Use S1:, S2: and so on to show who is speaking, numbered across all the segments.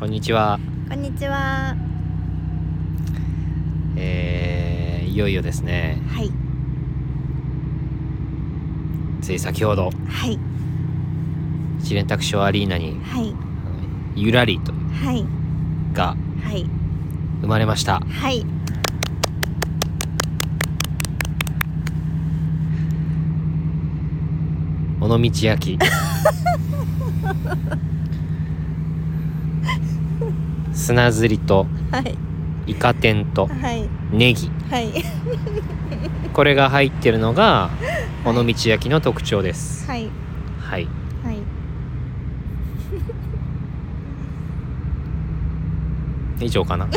S1: こんにちは、
S2: こんにちは。
S1: えー、いよいよですね
S2: はい。
S1: つい先ほど
S2: はい。
S1: 一連卓小アリーナに
S2: はい。
S1: あのゆらりと
S2: はい。
S1: が
S2: はい。
S1: 生まれました
S2: はい。
S1: 尾道明 砂ずりと
S2: はい。
S1: イカ天と
S2: はい。
S1: ネギ
S2: はい。
S1: これが入ってるのが尾道焼の特徴です
S2: はい。
S1: はい
S2: はい。
S1: 以上かな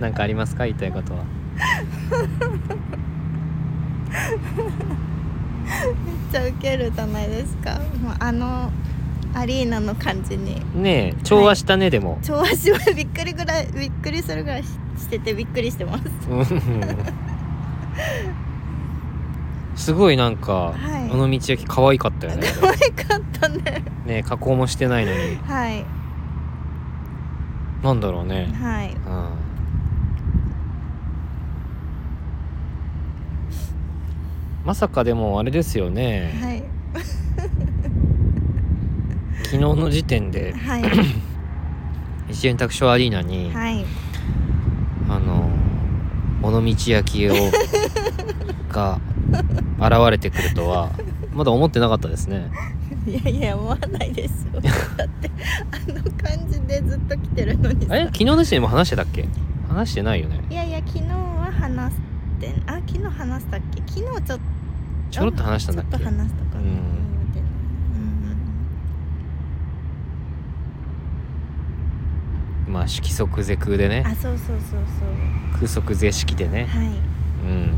S1: なんかありますか言いたいことは
S2: めっちゃウケるじゃないですか。もうあのアリーナの感じに
S1: ねえ調和したね、でも
S2: 調和しはびっくりぐらいびっくりするぐらいししててびっくりしてます。
S1: うんすごいなんか、
S2: はい
S1: あの道焼き可愛かったよね
S2: 可愛かったね。
S1: ねえ加工もしてないのに
S2: はい。
S1: なんだろうね
S2: はい。
S1: うんまさかでもあれですよね、
S2: はい。
S1: 昨日の時点で
S2: はい。
S1: 一円卓小アリーナに、
S2: はい。
S1: あの尾道焼きをが現れてくるとはまだ思ってなかったですね
S2: いやいや思わないです よ。だってあの感じでずっと来てるのにさ。
S1: え昨日の時点でも話してたっけ話してないよね
S2: いやいや昨日は話してんあ昨日話したっけ昨日ちょっと
S1: ちょろっと話したんだっけ
S2: ちょっと話したかな
S1: うん
S2: 覚えてないうん
S1: まあ色即是空で
S2: うんうん
S1: ね
S2: あそうそうそうそう
S1: 空即是式でね
S2: はい
S1: うん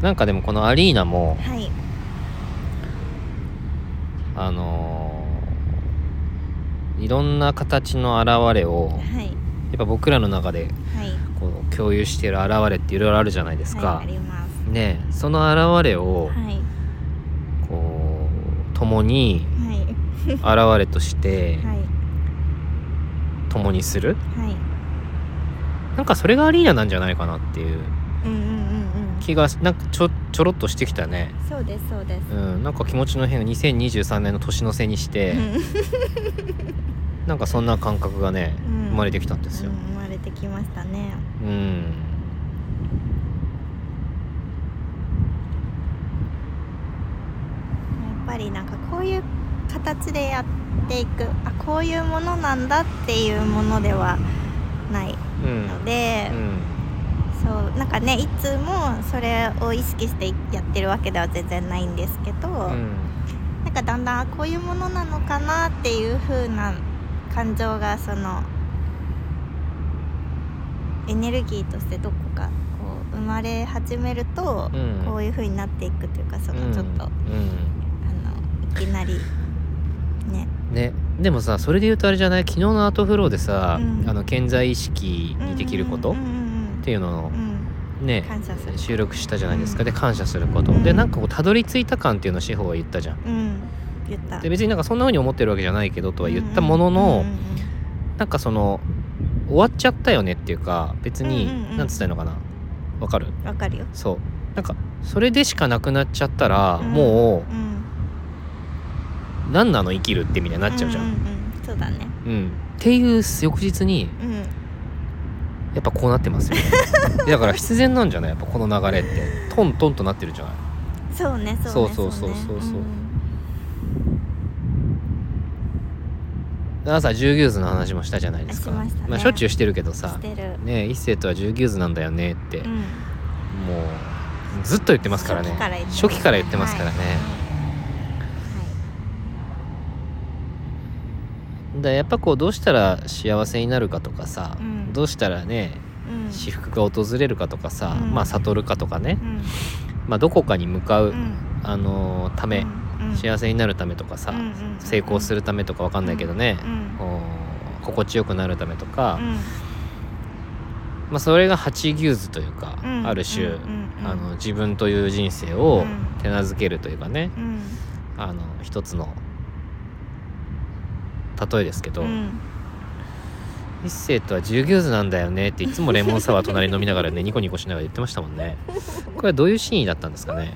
S1: なんかでもこのアリーナも
S2: はい
S1: あのーいろんな形の現れを
S2: はい
S1: やっぱ僕らの中で
S2: はい
S1: こう共有している現れっていろいろあるじゃないですか、
S2: はいあります
S1: ねえその現れを
S2: はい
S1: こう共 に
S2: は
S1: 現
S2: い
S1: れとして
S2: はい
S1: 共にする
S2: はい
S1: なんかそれがアリーナなんじゃないかなっていう
S2: うんうんうんうん
S1: 気がなんかちょちょろっとしてきたね、
S2: そうですそうです
S1: うん、なんか気持ちの変が2023年の年の瀬にして、
S2: うん
S1: なんかそんな感覚がね
S2: うん
S1: 生まれてきたんですよ
S2: うん、生まれてきましたね
S1: うん
S2: やっぱりなんかこういう形でやっていくあこういうものなんだっていうものではない
S1: うん
S2: ので、
S1: うん
S2: そうなんかねいつもそれを意識してやってるわけでは全然ないんですけど、
S1: うん
S2: なんかだんだんこういうものなのかなっていう風な感情がそのエネルギーとしてどこかこう生まれ始めると、
S1: うん
S2: こういう風になっていくというかそのちょっと、あ
S1: うん
S2: のいきなりね
S1: ねでもさそれで言うとあれじゃない昨日のアートフローでさ、
S2: うん
S1: あの健在意識に できること、
S2: うんうん
S1: っていうのを
S2: うんうんうん
S1: ね
S2: 感謝する
S1: 収録したじゃないですか、
S2: うん
S1: で感謝すること、
S2: うん
S1: でなんかこうたどり着いた感っていうのを志保は言ったじゃん
S2: うんうん言った
S1: で別になんかそんな風に思ってるわけじゃないけどとは言ったものの、
S2: うんうんうんうん
S1: なんかその終わっちゃったよねっていうか別に、
S2: うんうんうん
S1: なんつったらいいのかなわかる
S2: うんわかるよ
S1: そうなんかそれでしかなくなっちゃったら、
S2: うん
S1: も
S2: うん
S1: う何なの生きるってみたいになっちゃうじゃん、
S2: う
S1: うんん
S2: うんうんそうだね
S1: っていう翌日に
S2: うん
S1: やっぱこうなって ますよねだから必然なんじゃないやっぱこの流れってトントンとなってるじゃない
S2: そうね
S1: そ
S2: そううね
S1: そうそう
S2: ね
S1: そうそうん朝十牛図の話もしたじゃないですか
S2: しましたね
S1: あ、しょっちゅうしてるけどさ
S2: してる
S1: ねえ一星とは十牛図なんだよねって、
S2: うん
S1: もうずっと言ってますからね
S2: 初期から言ってます
S1: 初期から言ってますからね、だからやっぱこうどうしたら幸せになるかとかさ、
S2: うん
S1: どうしたらね
S2: はいうん
S1: 至福が訪れるかとかさ、
S2: うん
S1: まあ悟るかとかね
S2: う、ん
S1: まあ、どこかに向かう、
S2: うん
S1: あのーため、
S2: うんうん
S1: 幸せになるためとかさ、
S2: うんうんうん
S1: 成功するためとかわかんないけどね
S2: う、ん
S1: こう心地よくなるためとか、
S2: うん
S1: まあ、それが八牛図というか、
S2: うん
S1: ある種、
S2: うんうんうん
S1: あの自分という人生を
S2: うん
S1: 手なずけるというかね、
S2: うん
S1: あの一つの例えですけど、
S2: うん
S1: 一星とは十牛図なんだよねっていつもレモンサワー隣飲みながらねニコニコしながら言ってましたもんねこれはどういう真意だったんですかね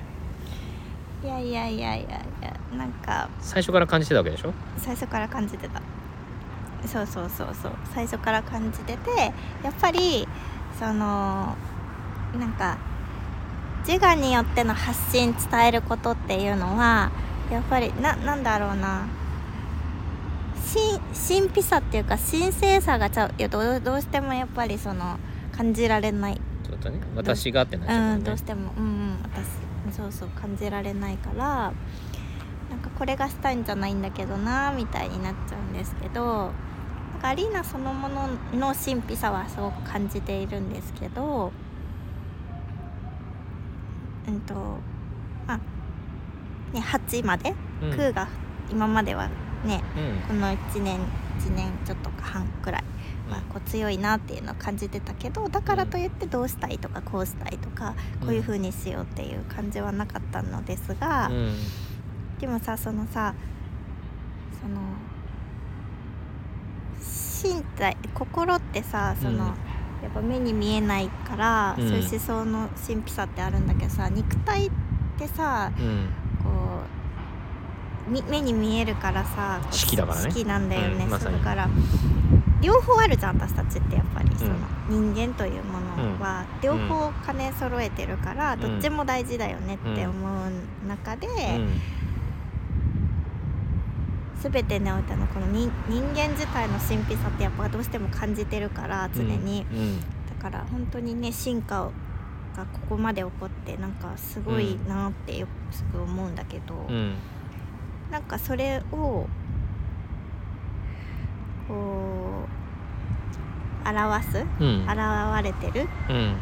S2: いやいやいやいやいやなんか
S1: 最初から感じてたわけでしょ
S2: 最初から感じてたそうそうそうそう最初から感じててやっぱりそのなんか自我によっての発信伝えることっていうのはやっぱりななんだろうなし神秘さっていうか神聖さがちゃういやどうどうしてもやっぱりその感じられない
S1: ちょっとね私がってなっちゃう
S2: う
S1: か
S2: ん、ど
S1: ら
S2: う
S1: ね
S2: しても、うんうん、私そうそう感じられないからなんかこれがしたいんじゃないんだけどなみたいになっちゃうんですけどなんかアリーナそのものの神秘さはすごく感じているんですけどうんとあね8まで、
S1: うん
S2: 空が今まではね
S1: うん
S2: この1年1年ちょっとか半くらいはこう強いなっていうのを感じてたけどだからといってどうしたいとかこうしたいとかこういう風にしようっていう感じはなかったのですが、
S1: うん
S2: でもさそのさその身体心ってさその、
S1: うん
S2: やっぱ目に見えないから、
S1: うん
S2: そういう思想の神秘さってあるんだけどさ肉体ってさ
S1: うん
S2: こうみ目に見えるからさこう
S1: 式だからね
S2: 式なんだよね、
S1: うんまさに
S2: そうだから両方あるじゃん私たちってやっぱりその、人間というものは両方兼ね揃えてるから、
S1: ん
S2: どっちも大事だよねって思う中で、
S1: うん
S2: 全てにおいてのこの人人間自体の神秘さってやっぱどうしても感じてるから常に、
S1: うん
S2: だから本当にね進化をがここまで起こってなんかすごいなってよくすごい思うんだけど。
S1: うんうん
S2: なんかそれをこう表す
S1: うん
S2: 現れてる
S1: うん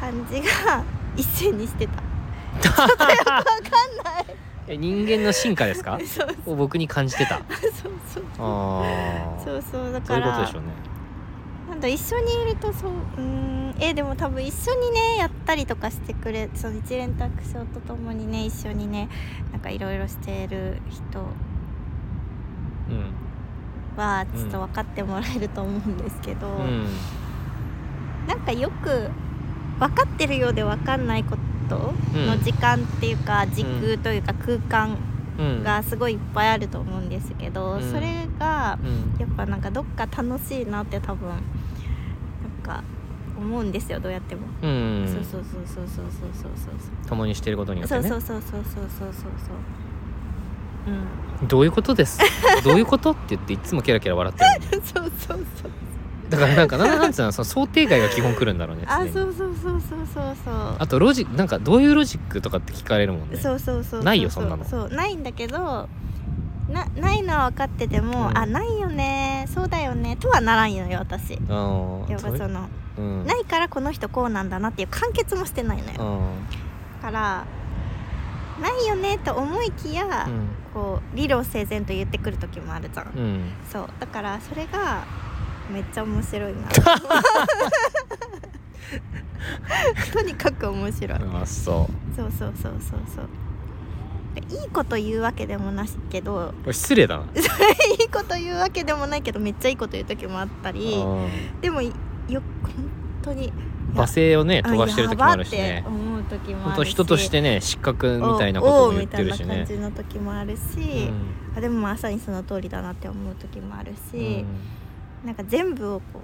S2: 感じが一斉にしてた
S1: え人間の進化ですか
S2: そう
S1: を僕に感じてた
S2: そうそう
S1: ああ
S2: そうそう
S1: そ
S2: だ
S1: う
S2: か
S1: いうことで
S2: ら
S1: しょうね
S2: なんだ一緒にいるとそううーんえでも多分一緒にねやったりとかしてくれその一連卓章とともにね一緒にねなんかいろいろしてる人
S1: うん
S2: はちょっと分かってもらえると思うんですけど、
S1: うん
S2: なんかよく分かってるようで分かんないことの時間っていうか、時空というか空間
S1: うん
S2: がすごいいっぱいあると思うんですけど、
S1: うん
S2: それが
S1: うん
S2: やっぱなんかどっか楽しいなって多分なんか思うんですよどうやっても。
S1: うん
S2: そうそうそうそうそうそうそうそう
S1: 共にしていることによって
S2: そう
S1: ね
S2: そうそうそうそうそうそううん
S1: どういうことです どういうことって言っていつもキラキラ笑ってる
S2: そうそうそう
S1: だからなんかななんつうのその想定外が基本来るんだろうね
S2: あ
S1: 常に
S2: そうそうそうそうそうそう
S1: あとロジなんかどういうロジックとかって聞かれるもんね
S2: そうそうそう
S1: ないよ
S2: うう
S1: そんなの
S2: そうないんだけどなないのは分かってても、
S1: うん
S2: あないよねそうだよねとはならんよね私
S1: あー
S2: やっぱ
S1: それ
S2: その
S1: うん
S2: ないからこの人こうなんだなっていう完結もしてない
S1: う
S2: のよだ
S1: ん
S2: からないよねと思いきや、
S1: うん
S2: こう理路整然と言ってくる時もあるじゃん、
S1: うん
S2: そうだからそれがめっちゃ面白 いなとにかく面白い
S1: あそ
S2: そうそうそうそうそういいこと言うわけでもないけど
S1: う失礼だない
S2: いこと言うわけでもないけどめっちゃいいこと言う時もあったり
S1: うん
S2: でもよ本当に
S1: 罵声をね
S2: あ
S1: 飛ばしてる時もあるし
S2: や
S1: ね
S2: ばって思う時も
S1: 本
S2: あ
S1: 当
S2: るし
S1: 人としてね失格みたいなこ
S2: お
S1: と
S2: お
S1: も
S2: う
S1: 言ってるし
S2: みたいな
S1: ね
S2: 感じの時もあるし、あでもまさにその通りだなって思う時もある
S1: うん
S2: し、なんか全部をこ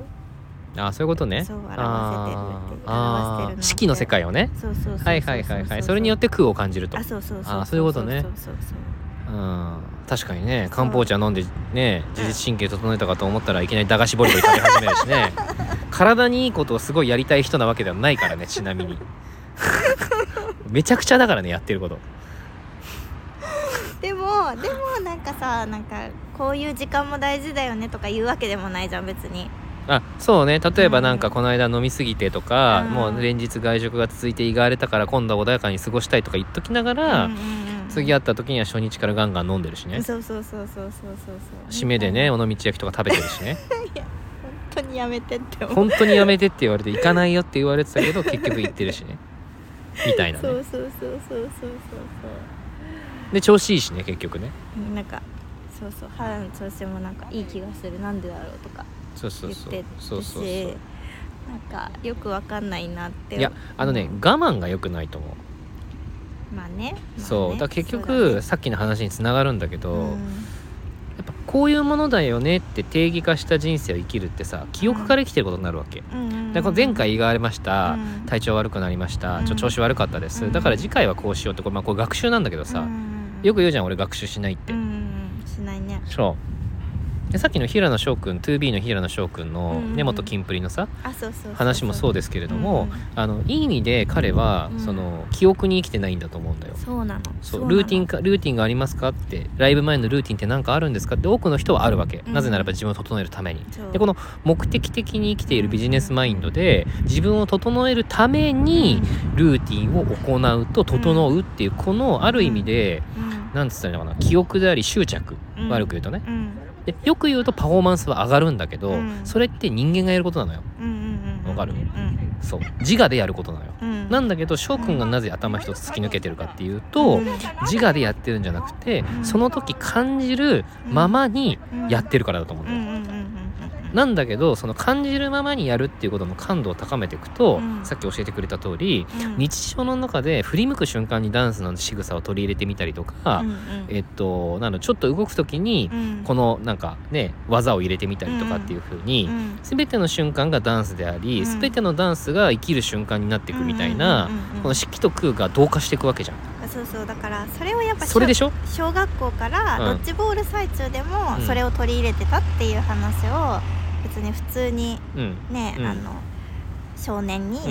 S1: うんあそういうこと
S2: う、
S1: ね
S2: そう表せてるっていう
S1: あー
S2: 表してる
S1: あー四季の世界をね
S2: そうそうそうそう
S1: はいはいはいはいそれによって空を感じると
S2: あそうそうそう
S1: あーそういうことね
S2: そうそうそう
S1: うん確かにね
S2: そう
S1: 漢方茶飲んでね自律神経整えたかと思ったらいきなり駄菓子ボリボリ食べ始めるし ね体にいいことをすごいやりたい人なわけではないからねちなみに めちゃくちゃだからねやってること
S2: でもでもなんかさなんかこういう時間も大事だよねとか言うわけでもないじゃん別に
S1: あそうね例えばなん
S2: う
S1: か
S2: ん
S1: この間飲みすぎてとか、
S2: うん
S1: もう連日外食が続いて胃が荒れたから今度は穏やかに過ごしたいとか言っときながら、
S2: うんうんうん
S1: 次会った時には初日からガンガン飲んでるしね
S2: そうそうそうそうそうそうそ
S1: 締
S2: う
S1: めでね尾道焼きとか食べてるしね
S2: いや当にやめてって思う
S1: 本当にやめてって言われて行かないよって言われてたけど結局行ってるしねみたいな
S2: そ
S1: ね
S2: うそうそうそうそうそう
S1: で調子いいしね結局ね
S2: そうなんかそうそう肌の調子もなんかいい気がするなんでだろうとか
S1: そうそう
S2: 言っ
S1: そう
S2: て
S1: そう
S2: る
S1: そうそう
S2: しなんかよくわかんないなって
S1: いやあのね我慢が良くないと思う、
S2: まあね,、まあね
S1: そうだから結
S2: そう
S1: 局、
S2: だね
S1: さっきの話につながるんだけど、
S2: うん
S1: やっぱこういうものだよねって定義化した人生を生きるってさ記憶から生きてることになるわけ、
S2: うんうんうん
S1: だから前回言われました、
S2: うん
S1: 体調悪くなりました、ち
S2: う
S1: ょ
S2: ん
S1: 調子悪かったです、
S2: うん
S1: だから次回はこうしようってこれ,、まあ、これ学習なんだけどさ、
S2: うんうんうん
S1: よく言うじゃん俺学習しないって、
S2: うんうんうんしないね
S1: そうでさっきの平野翔くん 2B の平野翔くんの
S2: うんうん
S1: 根本キンプリのさ
S2: あそうそうそう
S1: 話もそう
S2: で
S1: ですけれども、あのいい意味で彼は、
S2: うん
S1: その記憶に生きてないんだと思うんだよ
S2: そうなの
S1: そう
S2: なの
S1: ルーティンかルーティンがありますかってライブ前のルーティンって何かあるんですかって多くの人はあるわけ、
S2: うん
S1: なぜならば自分を整えるために
S2: そう
S1: でこの目的的に生きているビジネスマインドで自分を整えるためにルーティンを行うと整うっていうこのある意味で
S2: うん
S1: 何つったらいいのかな記憶であり執着
S2: うん
S1: 悪く言うとね
S2: うん
S1: でよく言うとパフォーマンスは上がるんだけど
S2: うん
S1: それって人間がやることなのよ
S2: うんうんうん
S1: わかる
S2: うん
S1: そう自我でやることなのよ
S2: うん
S1: なんだけど翔くんがなぜ頭一つ突き抜けてるかっていうと
S2: うん
S1: 自我でやってるんじゃなくて
S2: うん
S1: その時感じるままにやってるからだと思うん
S2: う
S1: だ
S2: ん
S1: よ
S2: うんうんうんうん
S1: なんだけどその感じるままにやるっていうことの感度を高めていくと、
S2: うん
S1: さっき教えてくれた通り
S2: うん
S1: 日常の中で振り向く瞬間にダンスの仕草を取り入れてみたりとか、
S2: うんうん
S1: えっとなのちょっと動く時に
S2: うん
S1: このなんかね技を入れてみたりとかっていう風に、
S2: うん
S1: 全ての瞬間がダンスであり、
S2: うん
S1: 全てのダンスが生きる瞬間になっていくみたいな、
S2: うんうんうんうん
S1: この色と空が同化していくわけじゃん。
S2: そうそうだからそれをやっぱ
S1: それでしょ
S2: 小学校からド
S1: うん
S2: ッジボール最中でも
S1: うん
S2: それを取り入れてたっていう話を別に普通に
S1: うん、
S2: ね、
S1: うん
S2: あの少年に、
S1: う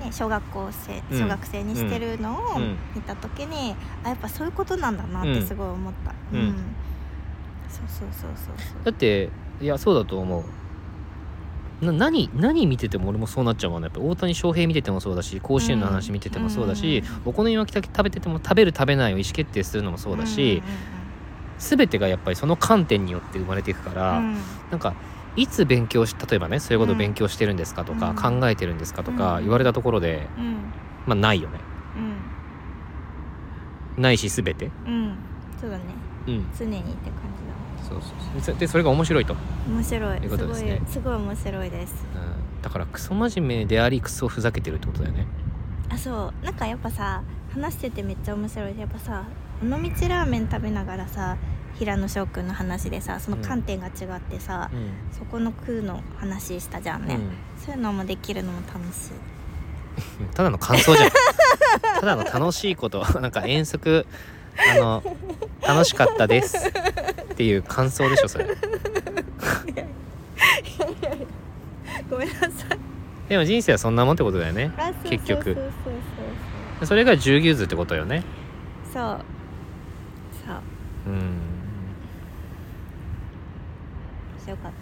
S2: ね
S1: ん
S2: 小学校生
S1: うん
S2: 小学生にしてるのを
S1: うん
S2: 見た時に、あやっぱそういうことなんだなってすごい思った。
S1: う
S2: うんんそうそうそうそうそ
S1: だ
S2: う。
S1: っていやそうだと思うな何何見てても俺もそうなっちゃうもんねやっぱ大谷翔平見ててもそうだし甲子園の話見ててもそうだし、お好み焼きだけ食べてても食べる食べないを意思決定するのもそうだし、全てがやっぱりその観点によって生まれていくか
S2: うん
S1: ら、
S2: うんうんうん、
S1: なんかいつ勉強し例えばねそういうこと
S2: うん
S1: 勉強してるんですかとか、
S2: うん
S1: 考えてるんですかとか
S2: うん
S1: 言われたところで
S2: うん
S1: まあないよねないし全て
S2: うんうんそうだね
S1: うん
S2: 常にって感じだわ
S1: そうそうそうでそれが面白いと、
S2: 面白い
S1: ということですね
S2: ごいすごい面白いです
S1: うん、だからクソ真面目でありクソふざけてるってことだよね
S2: あそうなんかやっぱさ話しててめっちゃ面白いやっぱさ尾道ラーメン食べながらさ平野翔くんの話でさその観点が違ってさ、
S1: うん
S2: そこの空の話したじゃんね、そういうのもできるのも楽しい
S1: うんただの感想じゃん ただの楽しいことなんか遠足あの楽しかったですっていう感想でしょそれ
S2: ごめんなさい
S1: でも人生はそんなもんってことだよね
S2: あそう
S1: 結局
S2: そうそう
S1: それが十牛図ってことよね
S2: そうそうそう
S1: うん
S2: そうよかっ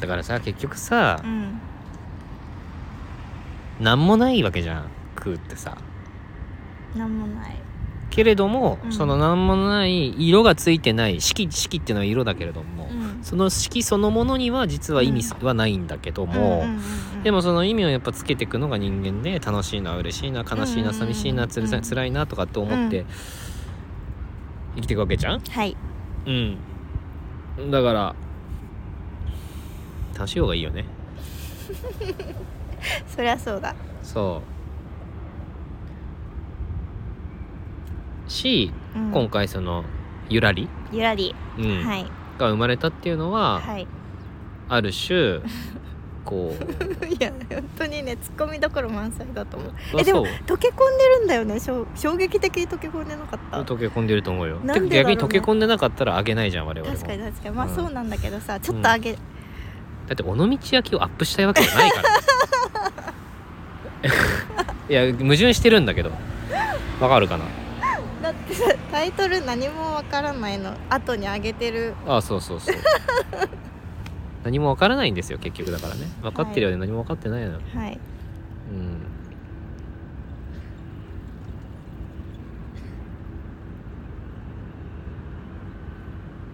S1: だからさ結局さ
S2: たうん
S1: 何もないわけじゃん空ってさ
S2: なんもない
S1: けれども、
S2: うん
S1: その何もない色がついてない色色っていうのは色だけれども、
S2: うん
S1: その色そのものには実は意味はないんだけども、
S2: んんんん
S1: でもその意味をやっぱつけていくのが人間で楽しいな嬉しいな悲しいな
S2: うん
S1: 寂しいなつら
S2: う
S1: い
S2: ん
S1: 辛いなとかって思って生きていくわけじゃん
S2: はい
S1: うんだから楽しい方がいいよね
S2: そりゃそうだ
S1: そうし
S2: うん
S1: 今回そのゆらり、
S2: ゆらり
S1: うん
S2: はい
S1: が生まれたっていうのは、
S2: はい
S1: ある 種こう
S2: いや本当にね突っ込みどころ満載だと思う
S1: あ
S2: えでも
S1: そう
S2: 溶け込んでるんだよねしょ衝撃的に溶け込んでなかった
S1: 溶け込んでると思うよ
S2: なんでだろうね
S1: てか逆に溶け込んでなかったらあげないじゃん我々も
S2: 確かに確かにまあ
S1: うん
S2: そうなんだけどさ、ちょっと上げ、
S1: だって尾道焼きをアップしたいわけじゃない からねいや矛盾してるんだけどわかるかな
S2: だってさタイトル何もわからないの後に上げてる
S1: ああそうそう そう何もわからないんですよ結局だからね分かってるようで何も分かってないのよ、
S2: はい
S1: うん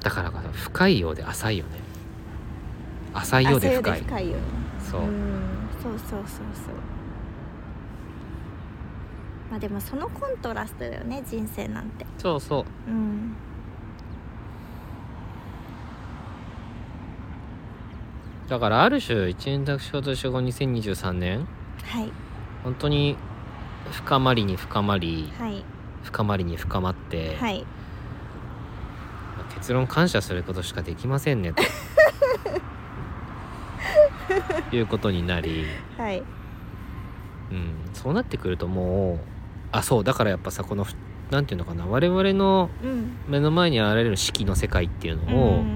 S1: だからかな深いようで浅いよね浅いようで深
S2: あ
S1: い
S2: そうよね
S1: そううん
S2: そうそうそうそうまあでもそのコントラストだよね人生なんて
S1: そうそう
S2: うん
S1: だからある種一円卓賞として後2023年
S2: はい
S1: 本当に深まりに深まり
S2: はい
S1: 深まりに深まって、
S2: はい
S1: まあ結論感謝することしかできません ねということになり、
S2: はい
S1: うん、そうなってくるともうあそうだからやっぱさこのふなんていうのかな我々の
S2: うん
S1: 目の前に現れる四季の世界っていうのを
S2: うん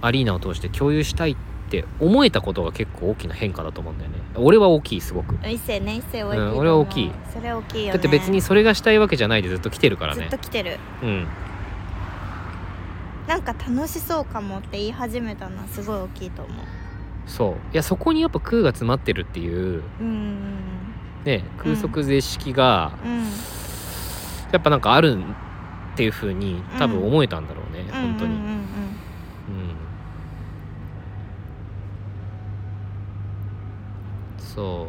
S1: アリーナを通して共有したいって思えたことが結構大きな変化だと思うんだよね俺は大きいすごく
S2: 一世ね一世多いけども、
S1: うん俺は大きい
S2: それは大きいよね
S1: だって別にそれがしたいわけじゃないでずっと来てるから
S2: ずっ
S1: ね
S2: と来てる
S1: うん
S2: なんか楽しそうかもって言い始めたのはすごい大きいと思
S1: そういやそこにやっぱ空が詰まってるっていう
S2: ううん
S1: ね空足是式が
S2: うんうん
S1: やっぱなんかあるっていう風に多分思えたんだろうね、本当に、
S2: うんうんうん
S1: うんそう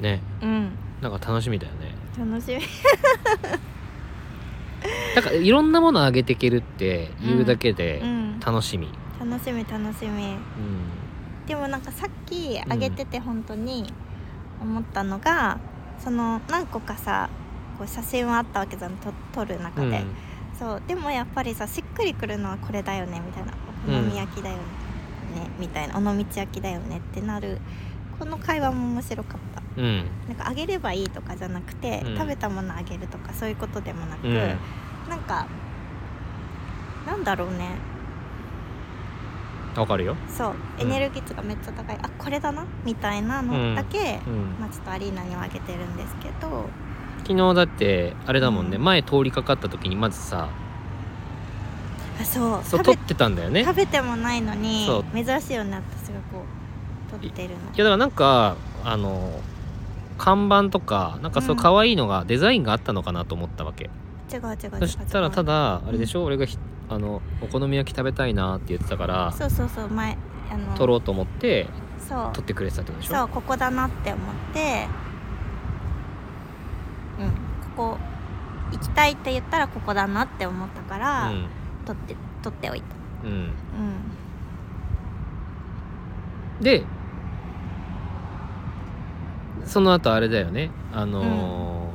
S1: ね
S2: うん
S1: なんか楽しみだよね
S2: うん楽しみ
S1: なんかいろんなものを上げていけるって言うだけで
S2: うん
S1: 楽しみ、うん
S2: 楽しみ楽しみでもなんかさっきあげてて本当に思ったのが、その何個かさこう写真はあったわけじゃんと撮る中
S1: う
S2: で、
S1: ん
S2: そうでもやっぱりさしっくりくるのはこれだよねみたいなお好み焼きだよね、みたいな尾道焼きだよねってなるこの会話も面白かった
S1: うん
S2: なんかあげればいいとかじゃなくて、
S1: うん
S2: 食べたものあげるとかそういうことでもなく、
S1: うん
S2: なんかなんだろうね
S1: わかるよ、
S2: そうエネルギー値がめっちゃ高い、あこれだなみたいなのだけ、
S1: うん、
S2: まあ、ちょっとアリーナにはあげてるんですけど
S1: 昨日だってあれだもんね、
S2: うん
S1: 前通りかかった時にまずさ
S2: あそう
S1: そう
S2: 食
S1: 撮
S2: べ
S1: ってたんだよねいや
S2: 食べてもないのに
S1: そう
S2: 珍しいよね私がこう撮ってる
S1: だ
S2: の
S1: からなんかあの看板とかなんかそう
S2: うん
S1: 可愛いのが、デザインがあったのかなと思ったわけ
S2: 違う違う違う
S1: そしたらた
S2: だ
S1: だあれでしょ、俺がひあのお好み焼き食べたいなって言ってたから
S2: そうそうそう前あの
S1: 撮ろうと思って
S2: そう
S1: 撮ってくれてたってことでしょ
S2: そうここだなって思ってうんここ行きたいって言ったらここだなって思ったから、撮って撮っておいた
S1: うん、うん
S2: うん
S1: でその後あれだよねあのー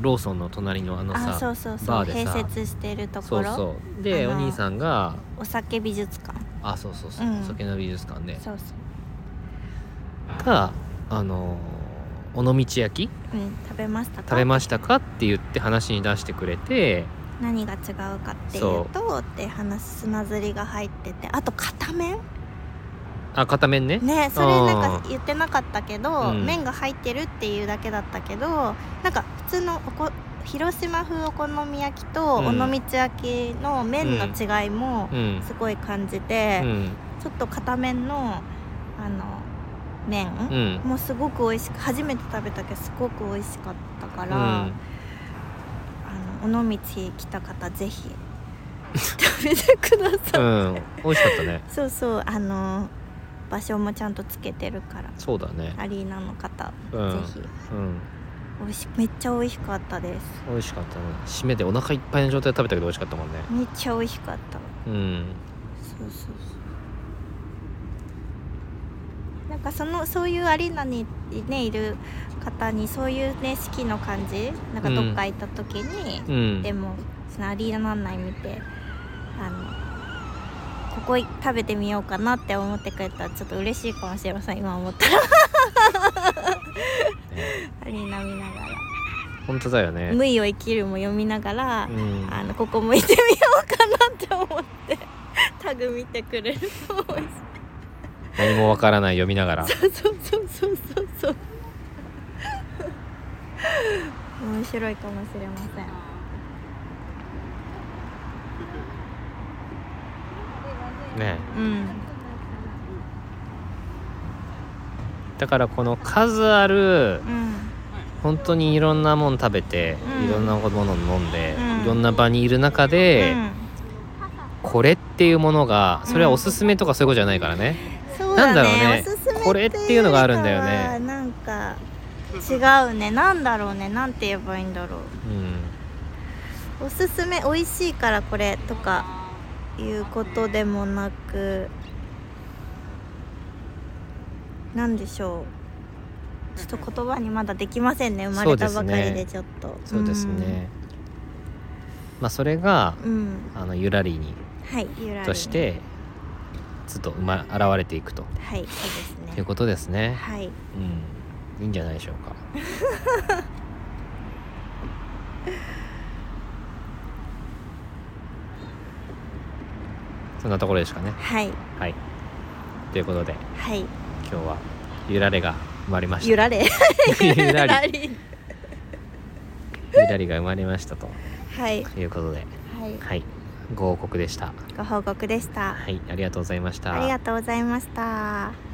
S1: ローソンの隣のあの
S2: あ
S1: さ
S2: そうそうそ
S1: バ
S2: う
S1: ーで
S2: 併
S1: さ
S2: 設してるとこ
S1: そう
S2: ろ
S1: そうで
S2: あ
S1: お
S2: のー
S1: 兄さんが
S2: お酒美術館
S1: あそうそうそう、
S2: うん
S1: お酒の美術館で
S2: そうそう
S1: があのー尾道焼き
S2: うん食べましたか
S1: 食べましたかって言って話に出してくれて
S2: 何が違うかっていうとって話砂ずりが入っててあと片面
S1: あ片面ね
S2: ねそれ
S1: あー
S2: なんか言ってなかったけど、
S1: うん
S2: 麺が入ってるっていうだけだったけどなんか普通のおこ広島風お好み焼きと
S1: うん
S2: 尾道焼きの麺の違いも
S1: うん
S2: すごい感じて
S1: う、ん
S2: ちょっと片面のあの麺、
S1: うん
S2: もうすごく美味しく初めて食べたけどすごく美味しかったか
S1: う
S2: ら、
S1: ん
S2: あの尾道来た方ぜひ食べてくださ
S1: う
S2: い、
S1: ん美味しかったね
S2: そうそうあの場所もちゃんとつけてるから
S1: そうだね
S2: アリーナの方、
S1: うん
S2: ぜひ
S1: うん
S2: 美味しめっちゃ美味しかったです
S1: 美味しかったね締めてお腹いっぱいの状態で食べたけど美味しかったもんね
S2: めっちゃ美味しかった
S1: うん
S2: そうそうそうなんかそのそういうアリーナにねいる方にそういうね四季の感じなんかどっか行った時に、
S1: うん
S2: でもそのアリーナ案内見てあのここ食べてみようかなって思ってくれたらちょっと嬉しいかもしれません今思ったら アリーナ見なが
S1: 本当だよ
S2: ら「
S1: ね
S2: 無意を生きる」も読みながら、
S1: うん
S2: あのここ向いてみようかなって思って タグ見てくれると思い
S1: 何もわからない読みながら
S2: そうそうそうそうそうそう白いかもしれません
S1: ね
S2: うん
S1: だからこの数ある
S2: うん
S1: 本当にいろんなもん食べて、
S2: うん
S1: いろんなもの飲んで、
S2: うん
S1: いろんな場にいる中で、これっていうものがそれはおすすめとかそういうことじゃないからね、
S2: うんそうだね
S1: なんだろうね
S2: おすすめ
S1: これっていうのがあるんだよね
S2: っていうよりかはなんか違うねなんだろうねなんて言えばいいんだろ
S1: うん
S2: うおすすめ美味しいからこれとかいうことでもなくなんでしょうちょっと言葉にまだできませんね生まれたばかりでちょっと
S1: そうですね、まあそれが
S2: うん、うん
S1: あのゆらりに
S2: はいゆらりね
S1: としてずっと生ま現れていくと
S2: はいそうです
S1: いう
S2: ね
S1: ことですね、
S2: はい
S1: うん、いいんじゃないでしょうか そんなところですかね
S2: はい
S1: はいということで
S2: はい
S1: 今日はゆられが生まれました
S2: ゆられ
S1: ゆ らり
S2: り
S1: ゆらりが生まれましたと
S2: はい
S1: いうことで
S2: はい
S1: はいご報告でした
S2: ご報告でした
S1: はいありがとうございました
S2: ありがとうございました。